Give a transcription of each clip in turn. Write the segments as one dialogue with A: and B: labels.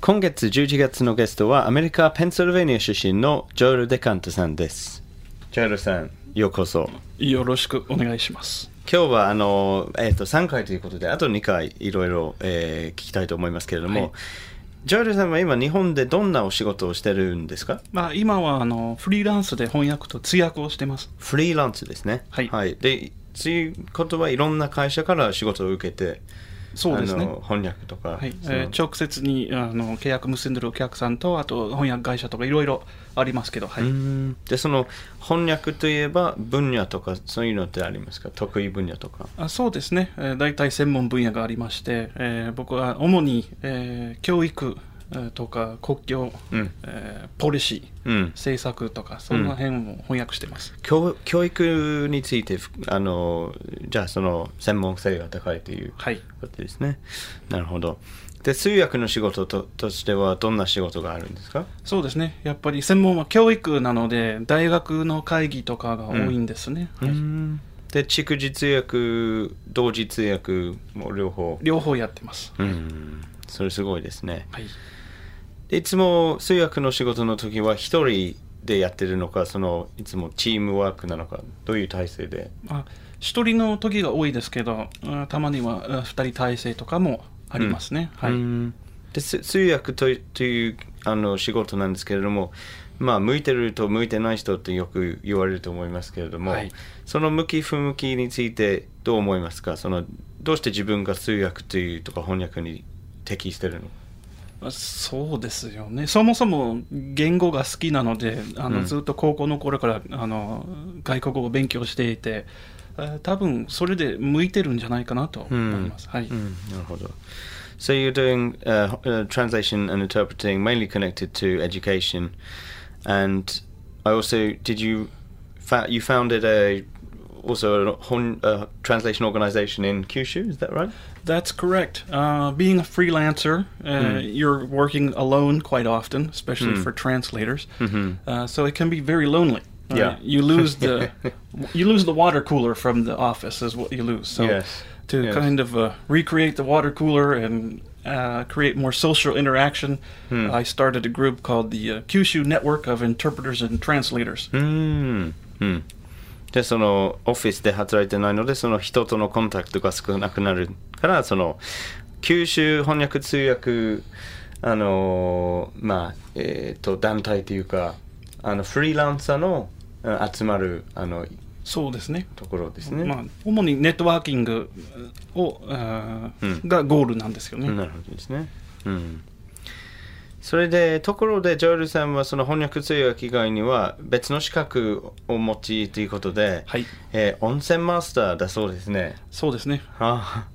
A: 今月11月のゲストはアメリカ・ペンシルベニア出身のジョエル・デカントさんですジョエルさんようこそ
B: よろしくお願いします
A: 今日はあの、えー、と3回ということであと2回いろいろ、えー聞きたいと思いますけれども、
B: はい
A: ジョエルさんは今日本でどんなお仕事をしてるんですか
B: まあ今はあのフリーランスで翻訳と通訳をしてます
A: フリーランスですね
B: はい
A: でそういうことはいろんな会社から仕事を受けて
B: そうです
A: あ
B: ね
A: の翻訳とか、
B: はい
A: その
B: えー直接にあの契約結んでるお客さんとあと翻訳会社とかいろいろありますけど、は
A: う
B: い
A: んでその翻訳といえば分野とかそういうのってありますか得意分野とか
B: あそうですね、えー、大体専門分野がありまして、えー僕は主に、えー教育えーとか国境、
A: うん
B: えーポリシー
A: うん
B: 政策とかその辺を翻訳してます、
A: 教教育についてふあのじゃあその専門性が高いという
B: はい
A: ことですね、なるほどで通訳の仕事ととしてはどんな仕事があるんですか
B: そうですねやっぱり専門は教育なので大学の会議とかが多いんですね、
A: う
B: はい
A: んで蓄字通訳同時通訳も両方
B: 両方やってます、
A: うんそれすごいですね
B: はい、
A: でいつも通訳の仕事の時は一人でやってるのかそのいつもチームワークなのかどういう体制で
B: まあ一人の時が多いですけどあたまにはあ二人体制とかもありますね、はい
A: うんです通訳といというあの仕事なんですけれどもまあ向いてると向いてない人ってよく言われると思いますけれども、
B: はい
A: その向き不向きについてどう思いますかそのどうして自分が通訳というとか翻訳に適してるの
B: まあそうですよねそもそも言語が好きなのであの、
A: うん
B: ずっと高校の頃からあの外国語を勉強していてあ多分それで向いてるんじゃないかなと思います、はい、
A: Mm, なるほど。So you're doing uh, uh, translation and interpreting mainly connected to education, and I also did you fa- you founded a also a hon- uh, translation organization in Kyushu. Is that right?
B: That's correct. Uh, being a freelancer, uh,
A: Mm.
B: you're working alone quite often, especially
A: Mm.
B: for translators.
A: Mhm.
B: Uh, so it can be very lonely. Uh,
A: Yeah.
B: you lose the you lose the water cooler from the office is what you lose. So
A: Yes.
B: to
A: Yes.
B: kind of uh, recreate the water cooler and uh, create more social interaction,
A: Hmm.
B: I started a group called the uh, Kyushu Network of Interpreters and Translators.
A: うん。うん。でそのオフィスで働いてないのでその人とのコンタクトが少なくなるからその九州翻訳通訳あのーまあえっ、と団体というかあのフリーランサーのあ集まるあの
B: そうですね。
A: ところですね。
B: まあ、主にネットワーキングを、あー
A: うん
B: がゴール uh, なんですよね。
A: なるほどですね。うん。それでところでジョエルさんはその翻訳通訳以外には別の資格をお持ちということで、
B: はい
A: えー温泉マスターだそうですね。
B: そうですね。
A: あ あ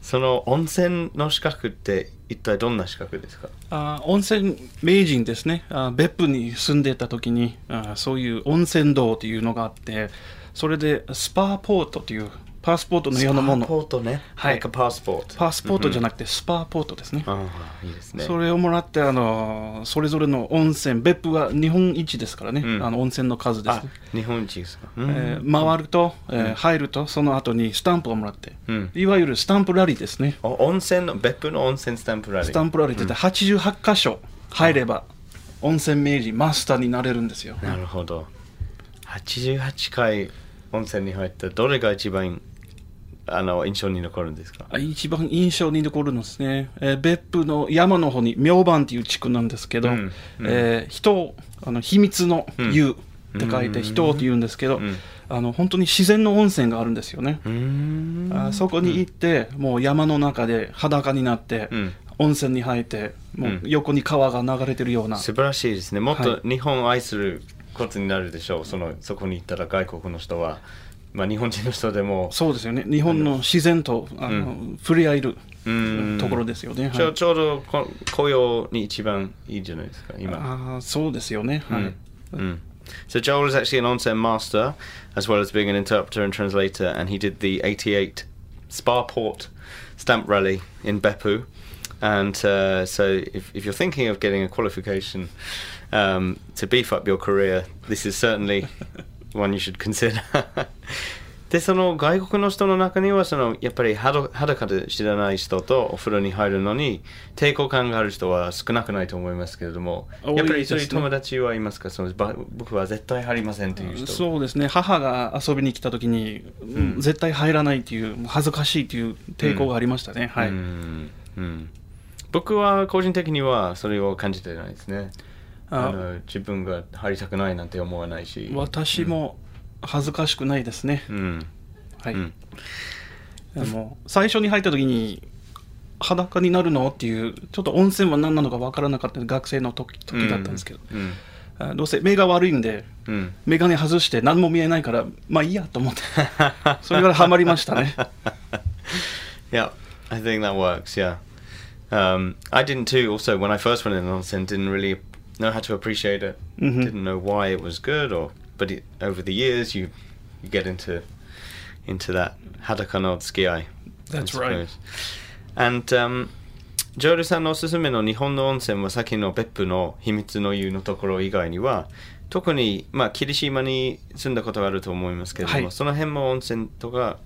A: その温泉の資格って一体どんな資格ですか
B: あー温泉名人ですねあー別府に住んでた時にあーそういう温泉道というのがあってそれでスパーポートというパスポートのようなも
A: パスポ
B: の
A: ートね。
B: はい
A: Like a passport.
B: パスポートじゃなくてスパーポートですね、
A: ああ、いいですね。
B: それをもらってあのーそれぞれの温泉別府は日本一ですからね、
A: うん
B: あの温泉の数です
A: あ
B: ね、
A: 日本一ですか。う
B: え
A: ん。
B: ー回ると、えー入るとその後にスタンプをもらって、
A: うん
B: いわゆるスタンプラリーですね
A: お温泉の、別府の温泉スタンプラリー。
B: スタンプラリーって言って88箇所入れば温泉名人マスターになれるんですよ
A: なるほど。88回温泉に入ったどれが一番あの印象に残るんですか
B: あ一番印象に残るのですね、えー別府の山の方に明番っていう地区なんですけど、
A: うんうん
B: えー人をあの秘密の湯って書いて人をって言うんですけど、
A: うん
B: あの本当に自然の温泉があるんですよね、
A: うーん
B: あそこに行ってもう山の中で裸になって、
A: うん
B: 温泉に入ってもう横に川が流れてるような、
A: 素晴らしいですね。もっと
B: は
A: 日本を愛するコツになるでしょう。そのそこに行ったら外国の人は、まあ、日本人の人でも
B: そうですよね日本の自然とあの、触れ合える
A: うん
B: ところですよね、
A: ち
B: は
A: ょ
B: い
A: ちょうどこ雇用に一番いいじゃないですか、今。
B: あーそうですよねはい、
A: Mm. So Joel is actually an onsen master, as well as being an interpreter and translator, and he did the 88 Sparport stamp rally in Beppu. And uh, so, if, if you're thinking of getting a qualification um, to beef up your career, this is certainly one you should consider. でその外国の人の中にはそのやっぱり裸裸で知らない人とお風呂に入るのに抵抗感がある人は少なくないと思いますけれども
B: 多いですね
A: やっぱりそういう友達はいますかそのば僕は絶対入りませんという人
B: そうですね母が遊びに来た時に、
A: うん
B: 絶対入らないっていうもう恥ずかしいっていう抵抗がありましたね、はい、
A: うんうん僕は個人的にはそれを感じてないですね
B: あ
A: あの自分が入りたくないなんて思わないし
B: 私も恥ずかしくないですね、
A: うん
B: はい、
A: うん
B: あの最初に入った時に裸になるのっていうちょっと温泉は何なのか分からなかった学生の時時だったんですけど、
A: うん
B: あどうせ目が悪いんで
A: うんうん
B: 眼鏡外して何も見えないからまあいいやと思って それからハマりましたね
A: yeah, I think that works. Yeah, um, I didn't too. Also, when I first went in onsen, didn't really know how to appreciate it.
B: Mhm.
A: Didn't know why it was good, or but it, over the years you you get into into that hadaka no tsukiai.
B: That's right.
A: suppose. And um, ジョエルさんのおすすめの日本の温泉はさっきの別府の秘密の湯のところ以外には特に、まあ、霧島に住んだことがあると思いますけれども、
B: はい
A: その辺も温泉とか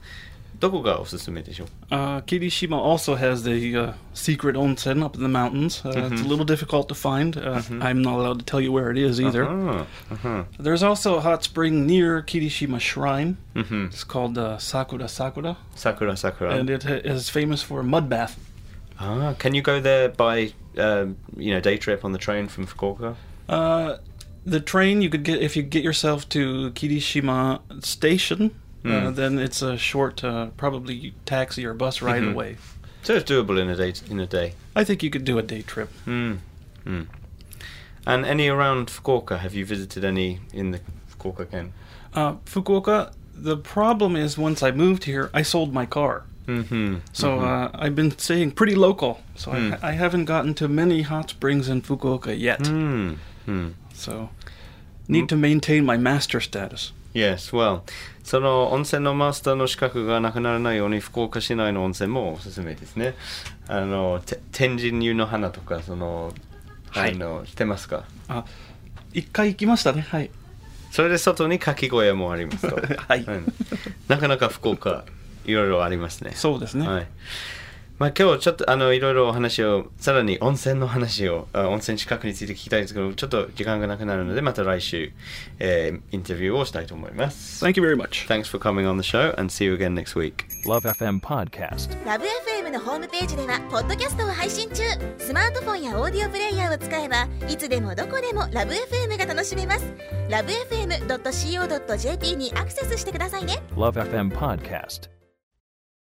A: どこがおすすめでしょう
B: Uh, Kirishima also has the uh, secret onsen up in the mountains. Uh, It's a
A: Mhm.
B: little difficult to find. Uh, I'm not allowed to tell you where it is either.
A: Mm-hmm. Uh-huh. Uh-huh.
B: There's also a hot spring near Kirishima Shrine.
A: Mhm.
B: It's called uh, Sakura Sakura,
A: 桜桜。
B: and it ha- is famous for a mud bath.
A: Ah, can you go there by um, you know day trip on the train from Fukuoka?
B: Uh, the train you could get if you get yourself to Kirishima Station. Uh,
A: Mm.
B: then it's a short, uh, probably taxi or bus ride
A: Mhm.
B: away.
A: So it's doable in a day. In a day.
B: I think you could do a day trip.
A: Mm. Mm. And any around Fukuoka? Have you visited any in the Fukuoka ken?
B: Uh, Fukuoka. The problem is, once I moved here, I sold my car,
A: Mm-hmm.
B: so uh, I've been staying pretty local. So
A: Mm.
B: I, I haven't gotten to many hot springs in Fukuoka yet.
A: Mm. Mm.
B: So need to maintain my master status.
A: Yes, well, その温泉のマスターの資格がなくならないように福岡市内の温泉もおすすめですね。あのて天神湯の花とかその、
B: はい
A: あのしてますか。
B: あ一回行きましたね はい、
A: それで外にかき小屋もありますと
B: はい
A: うんなかなか福岡いろいろありますね
B: そうですね
A: はいまあ、今日ちょっとあのいろいろお話をさらに温泉の話をあ温泉近くについて聞きたいんですけどちょっと時間がなくなるのでまた来週、えーインタビューをしたいと思います、
B: Thank you very much
A: Thanks for coming on the show and see you again next week
C: Love FM Podcast.
D: ラブ f m のホームページではポッドキャストを配信中スマートフォンやオーディオプレイヤーを使えばいつでもどこでもラブ f m が楽しめますラブ FM.co.jp にアクセスしてくださいね
C: Love FM Podcast.